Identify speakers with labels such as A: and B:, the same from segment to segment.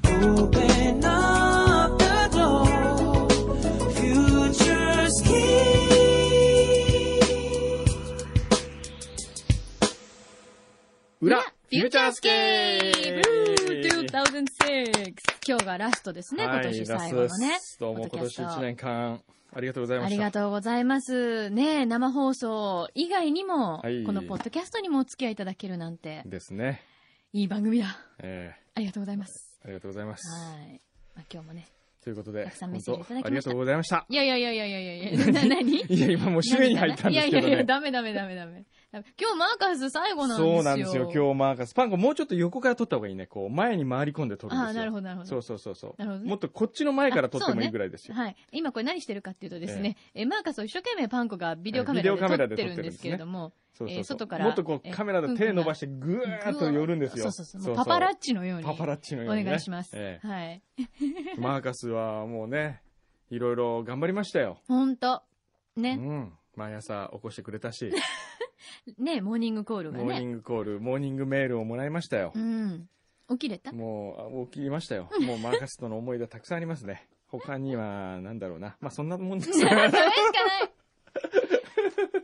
A: Open up the door. Future's key.
B: 裏、フ
C: フ
B: ュ
C: ュ
B: ー
C: ー
B: チ
C: チ
B: ャ
C: ャ
B: ー
C: ー
B: ス
C: ス
B: ケ
C: ケ
B: ー
C: ー
B: プ
C: プ2006今日がラストですね、今年最後のね。
B: どうも
C: ポッ
B: 今
C: ドキ
B: 年
C: ャス
B: 1
C: ト
B: 年間、ありがとうございま
C: あ
B: し
C: り
B: た。
C: がとうございます。ねえ生放送以外にも、
B: はい
C: このポッドキャストにもお付き合いいただけるなんて、
B: ですね。
C: いい番組だ。
B: え
C: ありがとうございます。
B: ーありがとうございます。
C: はい。まあ今日もね。
B: ということで、
C: たくさんメッセージいた
B: 本
C: だきました
B: 当ありがとうございました。
C: いやいやいやいやいや いや、な、何
B: いや、今もう締めに入ったんですけど
C: いやいやいや、
B: ね。
C: ダメダメダメダメ。ダメ今日マーカス最後なんですよ。
B: そうなんですよ、今日マーカス。パンコもうちょっと横から撮った方がいいね。こう、前に回り込んで撮るんですよ。
C: あーなるほどなるほど
B: そうそうそうそう。
C: なるほどね
B: もっとこっちの前から撮ってもいいぐらいですよ。
C: はい。今これ何してるかっていうとですね、えマーカスを一生懸命パンコがビデオカメ
B: えビデオカメラ
C: ラ
B: で
C: で
B: 撮っ
C: 撮って
B: るんで
C: てるんです
B: ね
C: すけれども、
B: そうそうそう
C: えー外から
B: もっとこう
C: えー
B: カメラで手伸ばしてぐーっと寄るんですよ。
C: そうそうそう。もうパパラッチのように。
B: パパラッチのように、ね。
C: お願いします。
B: ええ
C: はい。
B: マーカスはもうね、いろいろ頑張りましたよ。
C: ほんと。
B: う
C: ね。
B: ん。毎朝起こしてくれたし、
C: ね、モーニングコールが
B: モーニン
C: ね。
B: グコール、モーニングメールをもらいましたよ
C: う。ん。起きれた
B: もう、あ起きましたよ。もうマーカスとの思い出たくさんあります ね。他には、なんだろうな。まあ、そんなもんですよ。
C: それしかない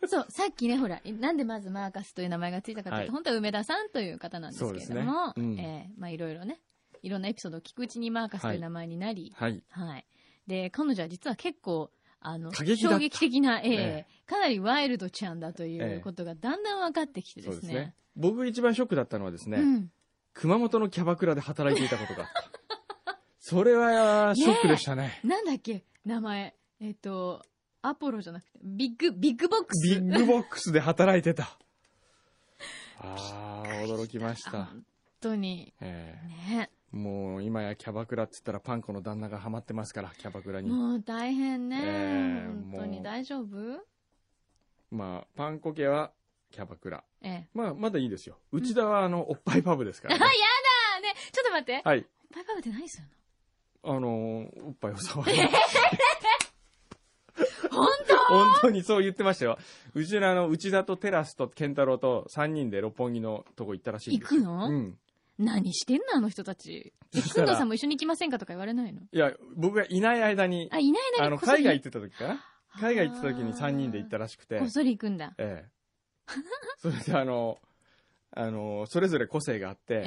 C: そう、さっきね、ほら、なんでまずマーカスという名前がついたかというと、
B: はい
C: 本当は梅田さんという方なんですけれど
B: そ
C: も、
B: うですねうん
C: えーまあいろいろね、いろんなエピソードを聞くうちにマーカスという名前になり、
B: はい。
C: はい。で、彼女は実は結構、あの、
B: 過激だった
C: 衝撃的な、えー
B: え
C: かなりワイルドちゃんだとい
B: ええ
C: うことがだんだん分かってきてで
B: そう
C: す
B: です
C: ね。
B: ね。僕一番ショックだったのはですね、
C: うん。
B: 熊本のキャバクラで働いていたことがあった。それは、ショックでしたね。
C: なんだっけ、名前。えっ、と、アポロじゃなくて、ビッグ、ビッグボックス。
B: ビッグボックスで働いて た。ああ、驚きまし
C: あ
B: た。
C: 本当に。
B: ええ
C: ね。
B: もう今やキャバクラって言ったらパンコの旦那がハマってますから、キャバクラに。
C: もう大変ね。
B: ええ
C: 本当
B: も
C: に
B: う
C: 大丈夫
B: まあ、パンコ家はキャバクラ。
C: ええ。
B: まあ、まだいいですよ。内田はあの、おっぱいパブですから、 ね。
C: ああね、ちょっと待って。
B: はい。
C: パイパブって何する
B: あのーおっぱいを触 る。
C: の本
B: 本当にそう言ってましたよ。うちのあの、内田とテラスと健太郎と3人で六本木のとこ行ったらしいんですよ
C: 行くの
B: うん。
C: 当何してんのあの人たち。え、
B: そした
C: くん
B: ら
C: どうさんも一緒に行きませんかとか言われないの
B: いや、僕がいない間に、
C: あ、いないな
B: あの、海外行ってた時かな海外行ってた時に3
C: 三
B: 人で行ったらしくて
C: こっ。そり行くんだ。
B: ええ。それであの、あの、それぞれ個性があって、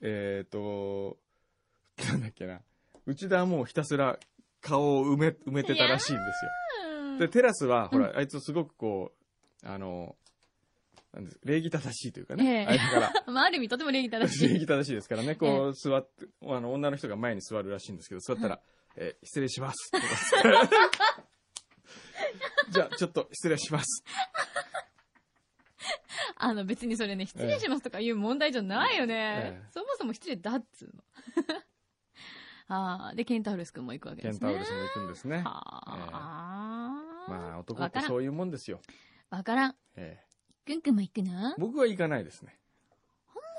C: え
B: えっ、と、 なんだっけな。内田はもうひたすら顔を埋め、埋めてたらしいんです
C: え
B: よ。で、テラスは、ほら、
C: う
B: あいつすごくこう、あの、なんです礼儀正しいというかね。
C: ええ
B: あいつ から。
C: まあ、ある意味とても礼儀正し
B: 礼
C: い。
B: 儀正しいですからね。こう、座って、あの、女の人が前に座るらしいんですけど、座ったら、えー失礼します。とか言 ってじゃあ、ちょっと失礼します。
C: あの、別にそれね、失礼しますとかいう問題じゃないよ
B: え
C: ね
B: え。
C: そもそも失礼だっつうの。 ああ、で、ケンタウルス君も行くわけ
B: ケ
C: で
B: ン
C: す
B: タウル
C: ね。
B: スも行くんですね。
C: はあ。
B: まあ、男ってそういうもんですよ。
C: わからん。
B: ええ
C: くんくんも行くなあんま
B: 僕は行かないですね。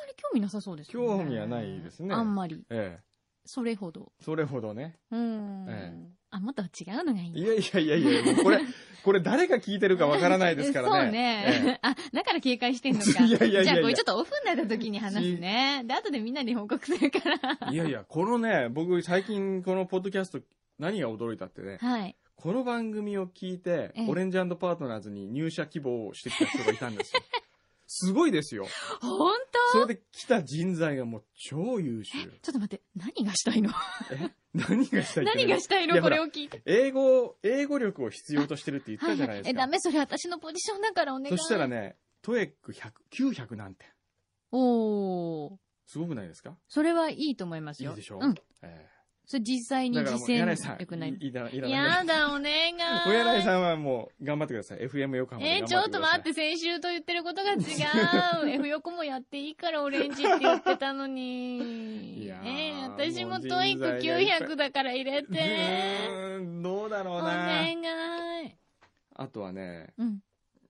C: り興味なさそうですね。
B: 興味はないですね
C: あんまり。
B: ええ
C: それほど。
B: それほどね。
C: うーん。
B: え
C: あ、もっと違うのがいい
B: い
C: な。
B: やいやいやいや、もう これ、これ誰が聞いてるかわからないですからね。
C: そうね。あ、だから警戒してんの か。
B: いやいやいやいや
C: じゃあこれちょっとオフになった時に話 すね。で、後でみんなに報告するから。
B: ええいやいや、このね、僕最近このポッドキャスト、何が驚いたってね、
C: はい。
B: この番組を聞いて、
C: ええ
B: オレンジパートナーズに入社希望をしてきた人がいたんです よ。すごいですよ。
C: ほんと
B: それで来た人材がもう超優 秀。
C: ちょっと待って、何がしたいの
B: え何がしたいって
C: 何がしたい
B: い
C: の
B: やほ
C: こ
B: ら
C: れを聞いて。
B: 英語、英語力を必要としてるって言ったじゃないです
C: え、
B: か。
C: ダメ、それ私のポジションだからお願
B: そ
C: い。
B: したら。ね、トエック100、900なんて、
C: おー。
B: すごくないですか
C: それはいいと思いますよ。
B: いいでしょ
C: うん。
B: え
C: それ実際
B: え
C: に
B: だからもう、
C: 実践
B: 柳井さん、
C: 力ない。
B: いいらいらない
C: やだ、お願い。
B: 小 柳さんはもう頑張ってください。FM 横浜
C: え
B: で
C: ー
B: 頑
C: ちょ
B: 張
C: っと待って、先週と言ってることが違 う。F 横もやっていいからオレンジって言ってたのに。
B: いやー
C: ねえ、私
B: も
C: も
B: う
C: トイッ
B: 人材
C: ク
B: がいっぱい
C: 900だから入れ
B: ください。
C: て。
B: うーん、どうだろ
C: お
B: うな。
C: 願い。
B: あとはね、
C: うん。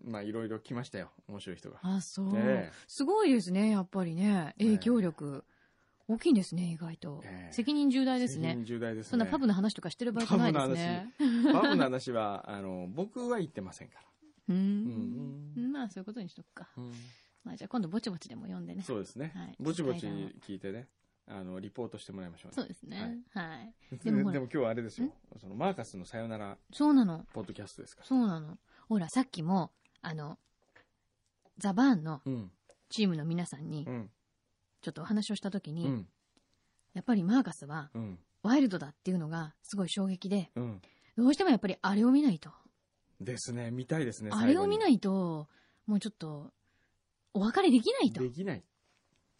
B: まあいろいろ来ましたよ。面白い人が。
C: あ、そう
B: ええ
C: すごいですね、やっぱりね。影響力。大きいんですね、意外と
B: ええ。
C: 責任重大です
B: 責
C: ね
B: 任。重大ですね。
C: そんなパブ
B: の
C: の話とかしてる場合じゃないですね。
B: 話。パブの話は、あの、僕は言ってませんから。う
C: う。
B: ん
C: まあ、そういうことにしとくか。まあ、じゃあ今度ぼちぼちでも読んでね。
B: そうですね
C: はい。
B: ぼちぼち聞いてね。あの、リポートしてもらいましょうね。
C: そうですね。はい。
B: で
C: で
B: も
C: もほら
B: 今日はあれですよ。そのマーカスのさよなら
C: そうなの。
B: ポッドキャストですから。
C: そうなの。ほら、さっきも、あの、ザバーンの
B: うん。
C: チームの皆さんに
B: う、ん。
C: ちょっとお話をしたとき
B: う
C: に、
B: ん。
C: やっぱりマーカスは、
B: うん。
C: ワイルドだっていうのが、すごい衝撃で、
B: うん。
C: どうしてもやっぱりあれを見ないと。
B: ですね。見たいですね。
C: あれを見ないいと、もうちょっと、お別れできないと
B: で。きない。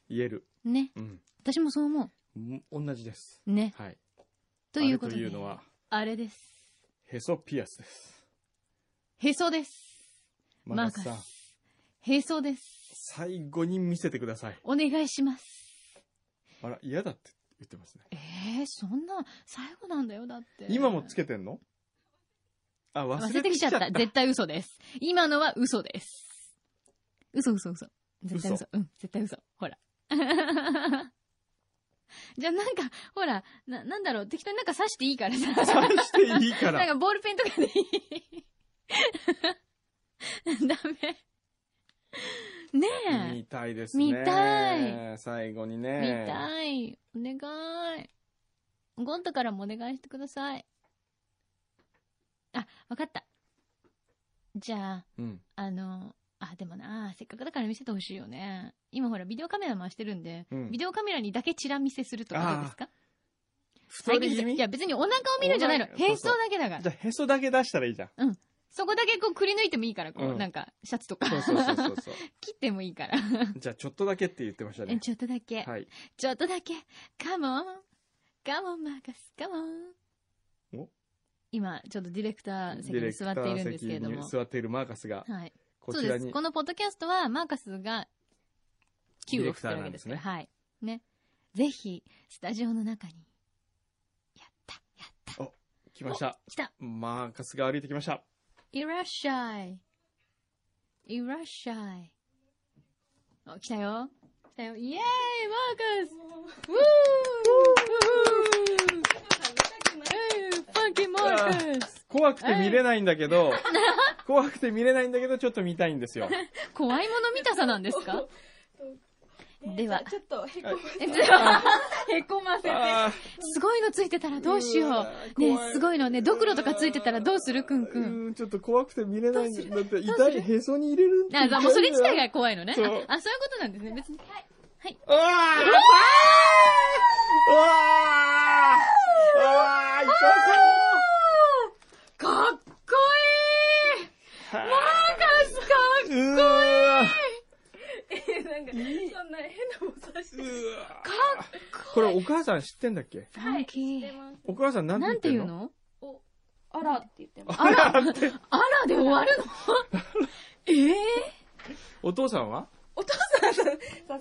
B: 言える。
C: ね。
B: うん。
C: 私もそう思
B: ん同じです。
C: う。ね。
B: はい。
C: ということで。
B: あれというのは、
C: あれです。
B: へそピアスです。
C: へそです。
B: マーカスさ
C: マ
B: ん
C: ーカ、へそです。
B: 最後に見せてください。
C: お願いします。
B: あら、嫌だって言ってますね。
C: ええそんな、最後なんだよ、だって。
B: 今もつけてんのあ、忘
C: 忘
B: れ
C: れ
B: て
C: て
B: き
C: き
B: ち
C: ち
B: ゃ
C: ゃ
B: っ。
C: ったた。絶対嘘です。今のは嘘です。嘘嘘嘘。絶対嘘。うん、絶対嘘。ほら。 じゃあなんか、ほら、な、なんだろう、適当になんか刺していいからさ。
B: 刺していいか
C: なん
B: ら。
C: かボールペンとかでい い。ダメ。ねえ。
B: 見たいですね。
C: 見た
B: い。最後に
C: 見
B: ね。
C: たい。お願い。ゴンタからもお願いしてください。あ、わかった。じゃあ、
B: うん。
C: あの、あ、でもな、せっかくだから見せてほしいよね。今ほら、ビデオカメラ回してるんで、
B: うん
C: ビデオカメラにだけチラ見せするとかどうですか
B: 太り気味
C: いや、別にお腹を見るんじゃないの。
B: お腹
C: へそだけだから
B: じ。ゃあ、へそだけ出したらいいじゃん。
C: そこだけこうくり抜いてもいいから、こう、
B: うん
C: なんか、シャツと か。
B: そうそうそうそうそ う。
C: 切ってもいいから。。
B: じゃあ、ちょっとだけって言ってましたね
C: ちょっとだけ、
B: はい。
C: ちょっとだけ、カモン、カモンマーカス、カモン。
B: お
C: 今、ちょっとディレクター席に座っているんですけれど
B: ディレクター席
C: も
B: に。座っているマーカスが、
C: はい。
B: こ
C: そう
B: ち
C: で
B: ら
C: す。
B: に
C: このポッドキャストは、マーカスが、
B: ディ
C: Q
B: レ
C: を
B: ク
C: 振
B: タ
C: って
B: ー
C: るわ
B: な
C: け
B: ん
C: で
B: ですす
C: から
B: ね。
C: はい。ね。ぜひ、スタジオの中に、やった、やった。
B: 来ました。
C: 来た
B: マーカスが歩いてきました。
C: いらっしゃい。いらっしゃい。あ、来たよ。来たよ。イエーイマーカスウーウーファンキーマーカス
B: 怖くて見れないんだけど、怖くて見れないんだけど、ちょっと見たいん ですよ。
C: 怖いもの見たさなんです かでは、
D: ちょっとへこませて。へこませて。
B: あ
C: すごいのついてたらどうしよう。ね
B: 怖い
C: すごいのね、ドクロとかついてたらどうするくん
B: ー
C: くん。
B: うん、ちょっと怖くて見れないんだ。だって痛いへそに入れるんだ
C: あ、じゃあもうそれ自体が怖いのね。あ、
B: そ
C: そうういうことなんですね。別に。
B: うわーうわーうわー痛
C: かっこいい
B: そう
C: マーカスかっ
B: うーわ
D: なんか、そんな変なもんさして。
B: これお母さん知ってんだっけ
C: ファンキー。
B: お母さんなん
C: なん
B: て
C: て
B: 言
C: 言
B: って
C: う
B: んの
C: の
D: あらって言ってます。
C: あ ら、あらで終わるのええ
B: お父さんは
D: お父さんさ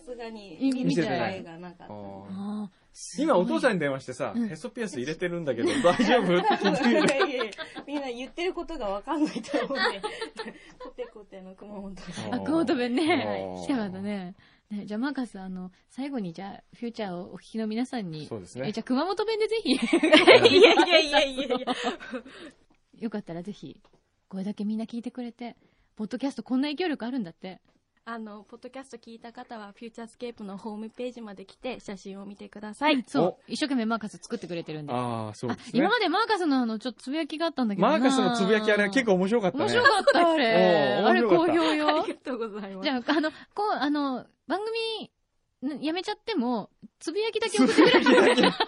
D: すがに
C: 見
B: 見せてない
D: 見がなかった。
C: あーすごい
B: 今お父さんに電話してさ、
C: うん
B: ヘソピアス入れてるんだけど 大丈夫って聞いて
D: いやいやいやみんな言ってることがわかんないと思うんで、コテコテの熊本で。
C: あ、コート弁ね
B: あ。ー
C: 来たかったね。ね、じゃあ、マーカス、あの、最後に、じゃあ、フューチャーをお聞きの皆さんに、
B: そうですね
C: え、じゃあ、熊本弁 でぜひ、
D: いやいやいやいやいや。
C: よかったらぜひ、これだけみんな聞いてくれて、ポッドキャストこんな影響力あるんだって。
D: あの、ポッドキャスト聞いた方は、フューチャースケープのホームページまで来て、写真を見てください。
C: そう。一生懸命マーカス作ってくれてるんで。
B: ああ、そう
C: あ
B: です、ね
C: 今。までマーカスのあの、ちょっとつぶやきがあったんだけど
B: マ
C: な。
B: ーカスのつぶやきあれは結構面白かったね。
C: 面白かった、あれ。
B: おー
C: あれ
B: 面白かっ
C: 好
B: た
C: 評
D: あ
C: よ
D: り。がとうございます。
C: じゃあ、あの、こう、あの、番組、んやめちゃっても、つぶやきだけ送ってくれるから。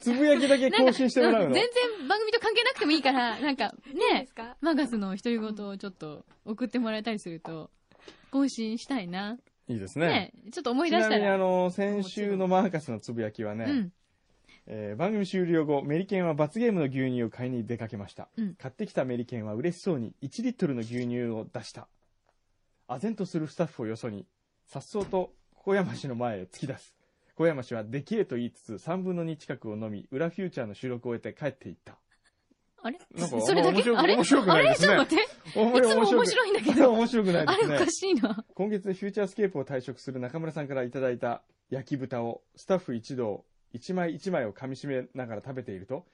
B: つぶやきだけ更新してもらう
C: うん
B: の
C: 全。然番組と関係なくてもいいから、なんか、
D: いいで
C: ね
D: す、か
C: マーガスの独り言をちょっと送ってもらえたりすると、更新したいな。
B: いいですね。
C: ねちょっと思い
B: ち
C: 出
B: な
C: した
B: みにあ
C: ら。
B: の、先週のマーカスのつぶやきはね、
C: うん。
B: えー番組終了後、メリケンは罰ゲームの牛乳を買いに出かけました。
C: うん
B: 買ってきたメリケンは嬉しそうに1リットルの牛乳を出した。唖然とするスタッフをよそに、颯爽と小山氏の前へ突き出す。小山氏はできえと言いつつ3分の2近くを飲み、裏フューチャーの収録を終えて帰っていった。
C: あれ
B: なんか
C: それだ
B: 面
C: け
B: 白く
C: あれ
B: 面白くないですね
C: あれちょっと待って。
B: おも
C: いつも面白いんだけど
B: 面白くないで
C: あ
B: す
C: れお
B: ね
C: か。しい な。
B: 今月フューチャースケープを退職する中村さんからいただいた焼き豚をスタッフ一同一枚一枚を噛み締めながら食べていると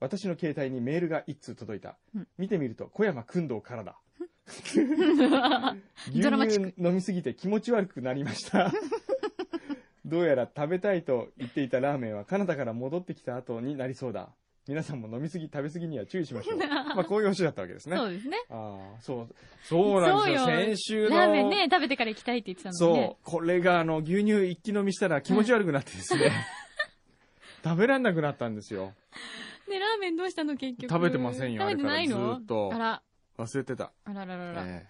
B: 私の携帯にメールが一通届いた、
C: うん
B: 見てみると小山君堂からだ牛
C: ドラマチ
B: 乳
C: ック
B: 飲みすぎて気持ち悪くなりましたどうやら食べたいと言っていたラーメンはカナダから戻ってきた後になりそうだ。皆さんも飲みすぎ、食べすぎには注意しま しょう。まあ、こういうお話だったわけですね。
C: そ
B: あ
C: うですね。
B: あ、そう。そうなんですよ。
C: そうよ
B: 先週の。
C: ラーメンね、食べてから行きたいって言ってたのにね
B: そ。う。これが、あの、牛乳一気飲みしたら気持ち悪くなってです ね。食べらんなくなったんですよ。
C: ね、ラーメンどうしたの結局。
B: 食べてませんよ
C: 食べてない
B: あれから
C: の
B: ずっと
C: あら、
B: 忘れてた。
C: あらららら。
B: え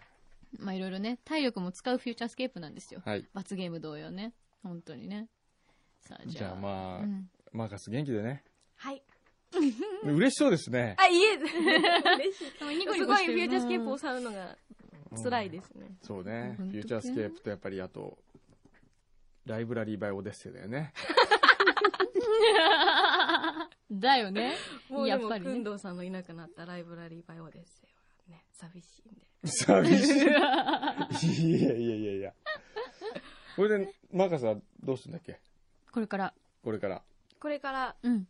C: まあいろいろね、体力も使うフューチャースケープなんですよ。
B: えはい。
C: 罰ゲーム同様ね。本当にね。さあ、じゃあ。
B: じゃあまあ
C: うん
B: マーカス元気でね。
D: はい。
B: 嬉しそうですね。。
D: あ、いえ、嬉しい。
C: でもニコニ
D: す
C: コ
D: ご
C: し
D: い
C: て
D: フ
C: る
D: ューチャースケープを触るのが辛いですすね。
B: そうね。フ
C: 本当ね
B: ューチャースケープとやっぱりあと、ライブラリーバイオデッセイだよ ね。
C: だよ ね。
D: もうで
C: やっ
D: も、
C: ぱり
D: く
C: ね
D: んどうさんのいなくなったライブラリーバイオデッセイはね、寂しいんで。
B: 寂しい。いやいやいやいや。これで、マーカスはどうするんだっけ
C: これから。
B: これから。
D: これから、
C: うん。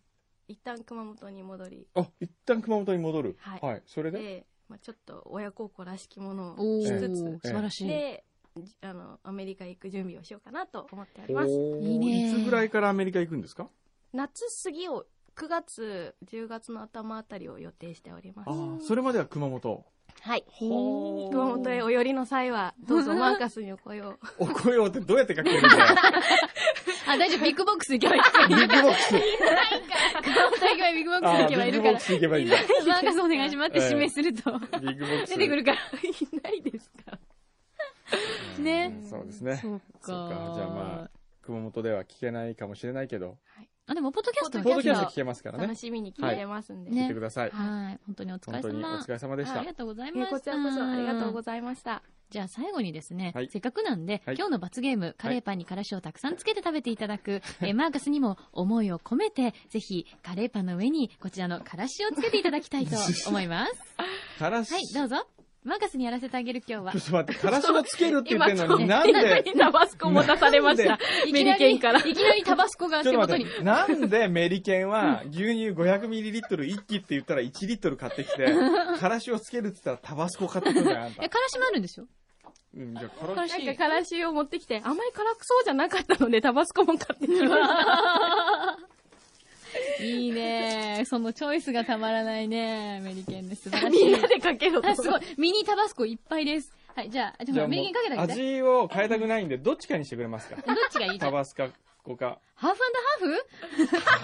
D: 一旦熊本に戻り、
B: あ、一旦熊本に戻る。
D: はい
B: それで、
D: で、まあ、ちょっと親孝行らしきものを
C: おー、
D: し
B: ええ
D: つ
C: 素晴ら
D: つ、
C: しい。
D: で、じあの、アメリカ行く準備をしようかなと思っております。
B: おー
C: いいね
B: いつぐらいからアメリカ行くんですか
D: 夏過ぎを、9月、10月の頭あたりを予定しております
B: あ。あ、それまでは熊本。
D: はい。
B: ほー
D: 熊本へお寄りの際は、どうぞマーカスにお声 を。
B: お声をってどうやって書けるんだよ。
C: あ、大丈夫。ビッグボックス行けば行 くから。
B: ビッグボックス。
C: 熊本行けばビッグボックス
B: あ
C: 行
B: あ、
C: け
B: ビ
C: ばい
B: ッ
C: る
B: グ
C: か
B: ボッ
C: ら
B: ク。ス行けばいいんだ。
C: マーカスお願いしますって指名すると。
B: ビッグボックス。
C: 出てくるから。
D: いないですか
C: ね
B: うんそうですね。
C: そうか。
B: そうかじゃあまあ熊本では聞けないかもしれないけど、
C: あ、でも、ポッドキャストは
B: ポッドキャス
D: ポッ
B: ト
D: ド
B: 聞けますからね
D: 楽。しみに聞いてますんで。
C: はいね
B: 聞いてください。
C: はい。本当にお疲
B: 本
C: れ
B: 当にお
C: 様。
B: 疲れ様でし
C: あ
B: た
C: り。がとうござい
D: え
C: ま
D: ー
C: す。
D: こちらこそありがとうございました。
C: じゃあ最後にですね、
B: はい
C: せっかくなんで、
B: はい
C: 今日の罰ゲーム、カレーパンにからしをたくさんつけて食べていただく、えーマーカスにも思いを込め て、ぜひ、カレーパンの上に、こちらのからしをつけていただき たいと思います。
B: からし、
C: はい、
B: ち
C: ど
B: ょ
C: うぞ。マーカスにやらせてあげる 今日は。
B: っと待って、からしをつけるって言ってんのに、な
D: 今
B: んで、
D: にタバスコ持たされました。
C: い
D: メ
C: き
D: リ
C: な
D: ケ
C: り、
D: ン
C: いき
D: か
C: な
D: ら。
C: りタバスコが
B: ちょ
C: 手
B: っと待
C: 元
B: っ
C: に。
B: て、なんでメリケンは牛乳 500ml1 機って言ったら1リットル買ってきて、からしをつけるって言ったらタバスコ買ってくるんだよ、あんた
C: え、。からしもあるん ですよ。
B: うん、じゃあか
D: な
B: ら
D: ん
B: し、
D: か、からしを持ってきて、あまり辛くそうじゃなかったので、タバスコも買ってきました。
C: いいねそのチョイスがたまらないねメリケンで素晴らし
D: みん
C: い
D: な。でかけろ。
C: あ、すごい。ミニタバスコいっぱいです。はい、じゃあ、じ
B: じ
C: ゃ
B: ゃ
C: あ
B: あ
C: メ
B: も
C: リケンかけて
B: う
C: あげて。
B: 味を変えたくないんで、どっちかにしてくれますか
C: どっちがいいじゃ
B: タ
C: んハー
B: バスコか。
C: フハーフ ハーフハ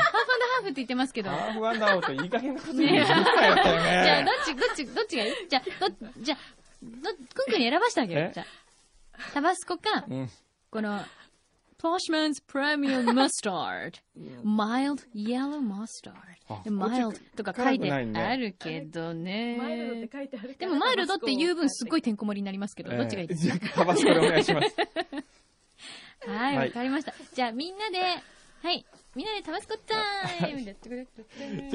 C: ーフって言ってますけど。
B: ハーフワンダーオートいい加減なこと言う
C: ね
B: なよったよ
C: じゃあ、ど
B: ね
C: っ。ち、どっち、どっちがいいじゃあ、どっ、じゃあ、ど、くんくんに選ばしてあげる
B: え。
C: じゃあ。タバスコか、
B: うん。
C: この、ポッシュマンズプレミアムマスタード。マイルド、イエローマスタ
B: あ
C: ード。マイルドとか書
B: 辛
C: いて
B: くないね
C: あるけどね。
D: マイルドって書いてある。
C: でも、マイルドって言う分、すっごいてんこ盛りになりますけど、どっちがいい
B: えーじゃあ、タバスコでお願いし ます。
C: はい、
B: は
C: わ
B: い
C: かりました。じゃあ、みんなで、はい、みんなでタバスコタイムやってくれ
B: ち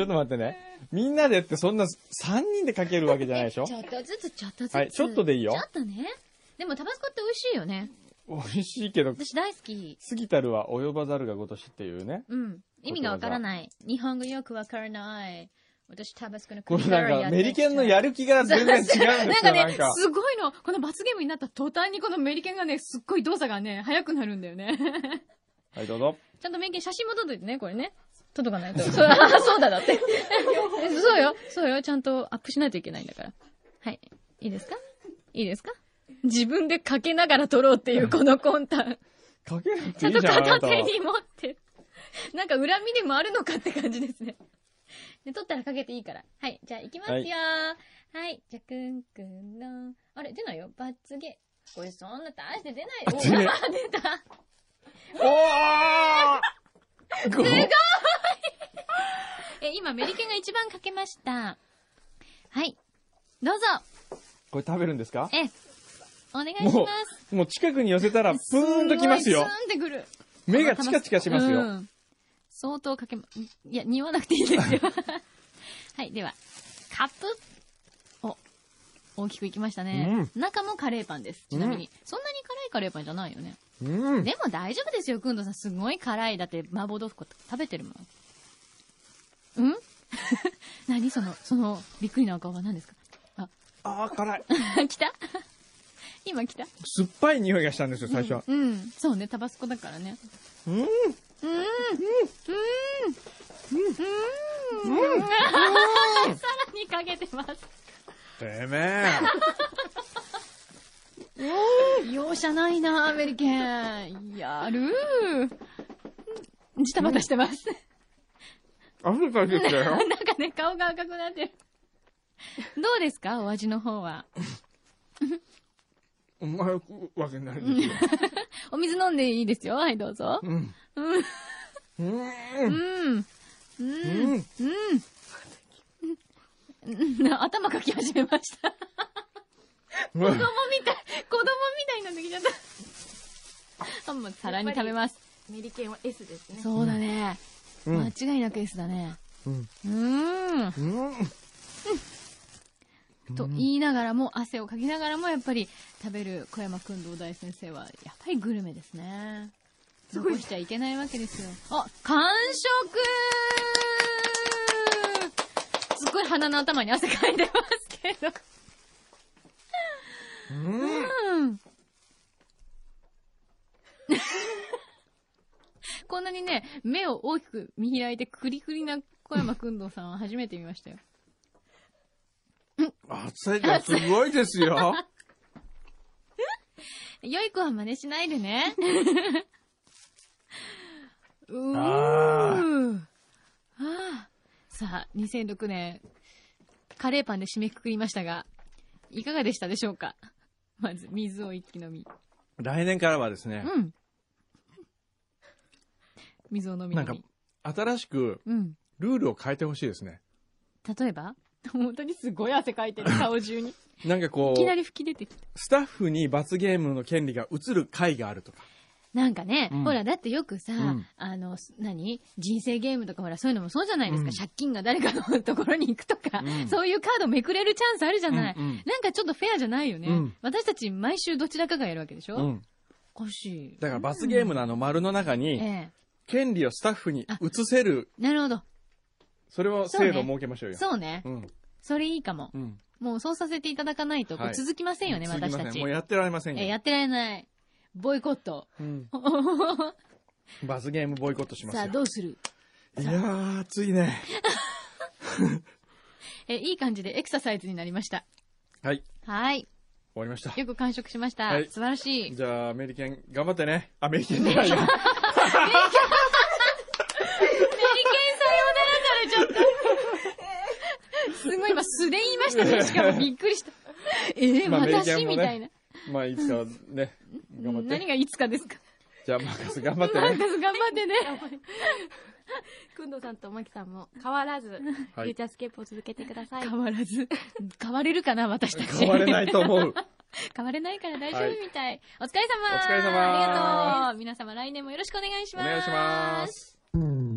B: ょっと待ってね。みんなでってそんな3人でかけるわけじゃないでしょ
C: ちょっとずつ、ちょっとずつ。
B: はい、ちょっとでいいよ
C: ちょ。っとね。でも、タバスコって美味しいよね。
B: 美味しいけど、
C: 私大好き。
B: 過ぎたるは及ばざるがごとしっていうね。
C: うん。意味がわからない。日本語よくわからない。私、タバスコの
B: これ
C: クリ
B: な
C: アラ
B: ん
C: や
B: か、
C: って
B: メリケンのやる気が全然違うんですよ、
C: なんか
B: なん
C: ね
B: か、。
C: すごいの、この罰ゲームになった途端にこのメリケンがね、すっごい動作がね、早くなるんだよね。
B: はい、どうぞ。
C: ちゃんとメリケン写真も撮っといてね、これね。届かないと。そう、あそうだだ って。そうよ、そうよ、ちゃんとアップしないといけないんだから。はい。いいですかいいですか自分でかけながら撮ろうっていうこの魂胆。
B: かけなく
C: ち
B: て
C: ゃ
B: い
C: ん
B: い
C: と
B: じゃん、あな
C: 片
B: たは
C: 手に持って。なんか恨みでもあるのかって感じですね。で、取ったらかけていいから。はい、じゃあ行きますよ
B: はい
C: はい、じゃあくんくんの、あれ、出ないよ。罰ゲー。これそんな大して出ないよ。
B: 出ねえ
C: おあ 出た。
B: おーすごい
C: え、今メリケンが一番かけました。はい。どうぞ。
B: これ食べるんですか
C: え、お願いし
B: も
C: ます。
B: う、もう近くに寄せたら、プーンときます
C: ご
B: よ
C: いス。ーンってくる。
B: 目がチカチカします
C: う
B: よ。
C: ん相当かけま、いや、匂わなくていいですよ。 はい、では、カップ。お、大きくいきましたね。中もカレーパンです。ちなみに。そんなに辛いカレーパンじゃないよね。
B: うん。
C: でも大丈夫ですよ、くんどさん。すごい辛い。だって、麻婆豆腐食べてるもん。 うん何 その、その、びっくりなお顔は何ですかあ、
B: あー、辛い。
C: 来た 今来た
B: 酸っぱい匂いがしたんですよ、最初は。
C: うん。そうね、タバスコだからね。
B: うん。
C: さらにかけてます。
B: てめ
C: 容赦ないな、アメリケン。やるー。ジタバタしてます。
B: え。汗かいてきたよ。
C: なんかね、顔が赤くなってる。どうですかお味の方は。
B: うまいわけないですよ。
C: お水飲んでいいですよ。はい、どうぞ。
B: うん。
C: うん。
B: うん。
C: うん。うん。
B: うん。
C: うん。 頭かき始めました。
B: う
C: 子供みたい、子供みたいになってきちゃ った。あ、もう皿に食べます。
D: メリケンは S ですね。
C: そうだね。間
B: ん。
C: 違いなく S だね。
B: うん。
C: うーん。
B: うん。
C: と言いながらも、汗をかきながらも、やっぱり食べる小山くん堂大先生は、やっぱりグルメですね。残しちゃいけないわけですよ。あ、完食すっごい鼻の頭に汗かいてますけど。
B: うん。
C: うん。 こんなにね、目を大きく見開いてクリクリな小山くんどうさんは初めて見ましたよ。
B: 熱いがすごいですよ。
C: 良い子は真似しない でね。うーん。
B: あ
C: はあ、さあ、2006年、カレーパンで締めくくりましたが、いかがでしたでしょうかまず、水を一気飲み。
B: 来年からはですね、
C: うん。水を飲み飲み。
B: なんか、新しく
C: うん。
B: ルールを変えてほしいですね。
C: 例えば 本当にすごい汗かいてる、顔中に。い
B: なんかこ
C: きな
B: う、
C: り吹き出てきた。
B: スタッフに罰ゲームの権利が移る回があるとか。
C: なんかね、
B: うん
C: ほら、だってよくさ、
B: うん
C: あの、す何人生ゲームとかほら、そういうのもそうじゃないですか。
B: うん
C: 借金が誰かのところに行くとか、
B: うん
C: そういうカードめくれるチャンスあるじゃない。
B: うんうん
C: なんかちょっとフェアじゃないよね。
B: うん
C: 私たち毎週どちらかがやるわけでしょ、
B: う
C: お
B: ん。
C: かしい。
B: だから罰ゲームのあの丸の中
C: え
B: に、
C: え
B: 権利をスタッフに移せる、
C: なるほど。
B: それを制度を設けましょうよ。
C: そうね。
B: うん。
C: それいいかも。
B: うん。
C: もうそうさせていただかないと、こ
B: は
C: う
B: い
C: 続きませんよね、
B: すいま
C: 私
B: せん
C: たち。
B: もうやってられませんよ。
C: ええやってられない。ボイコッ ト。
B: うん。罰ゲームボイコットします
C: さあ、
B: よ。
C: どうする
B: いやー、暑いね。
C: え、いい感じでエクササイズになりました。
B: はい。終
C: はい。
B: わりました。
C: よく完食しました。
B: はい
C: 素晴らしい。
B: じゃあ、アメリカン、頑張ってね。アメリカンじゃないや。
C: メリケンさようならからちょっと。すごい今素で言いましたね。しかもびっく りした。えー、
B: まあメリケ
C: 私
B: ンもね
C: みたいな。
B: まあ、いつかはね、頑張っ
C: 何
B: て。
C: がいつかですか。
B: じゃあ、マーカス頑張って
C: マー
B: ね。
C: カス頑張ってね。
D: くんどうさんとまきさんも変わらず、フ
B: は
D: ュー
B: い。
D: チャースケープを続けてください。
C: 変わらず。変われるかな、私たち。
B: 変われないと思う。
C: 変われないから大丈
B: はい
C: 夫みたい。お疲れ様
B: お疲れ様
C: ありがとう皆様来年もよろしくお願いし
B: お
C: ます。
B: 願いします。
A: うん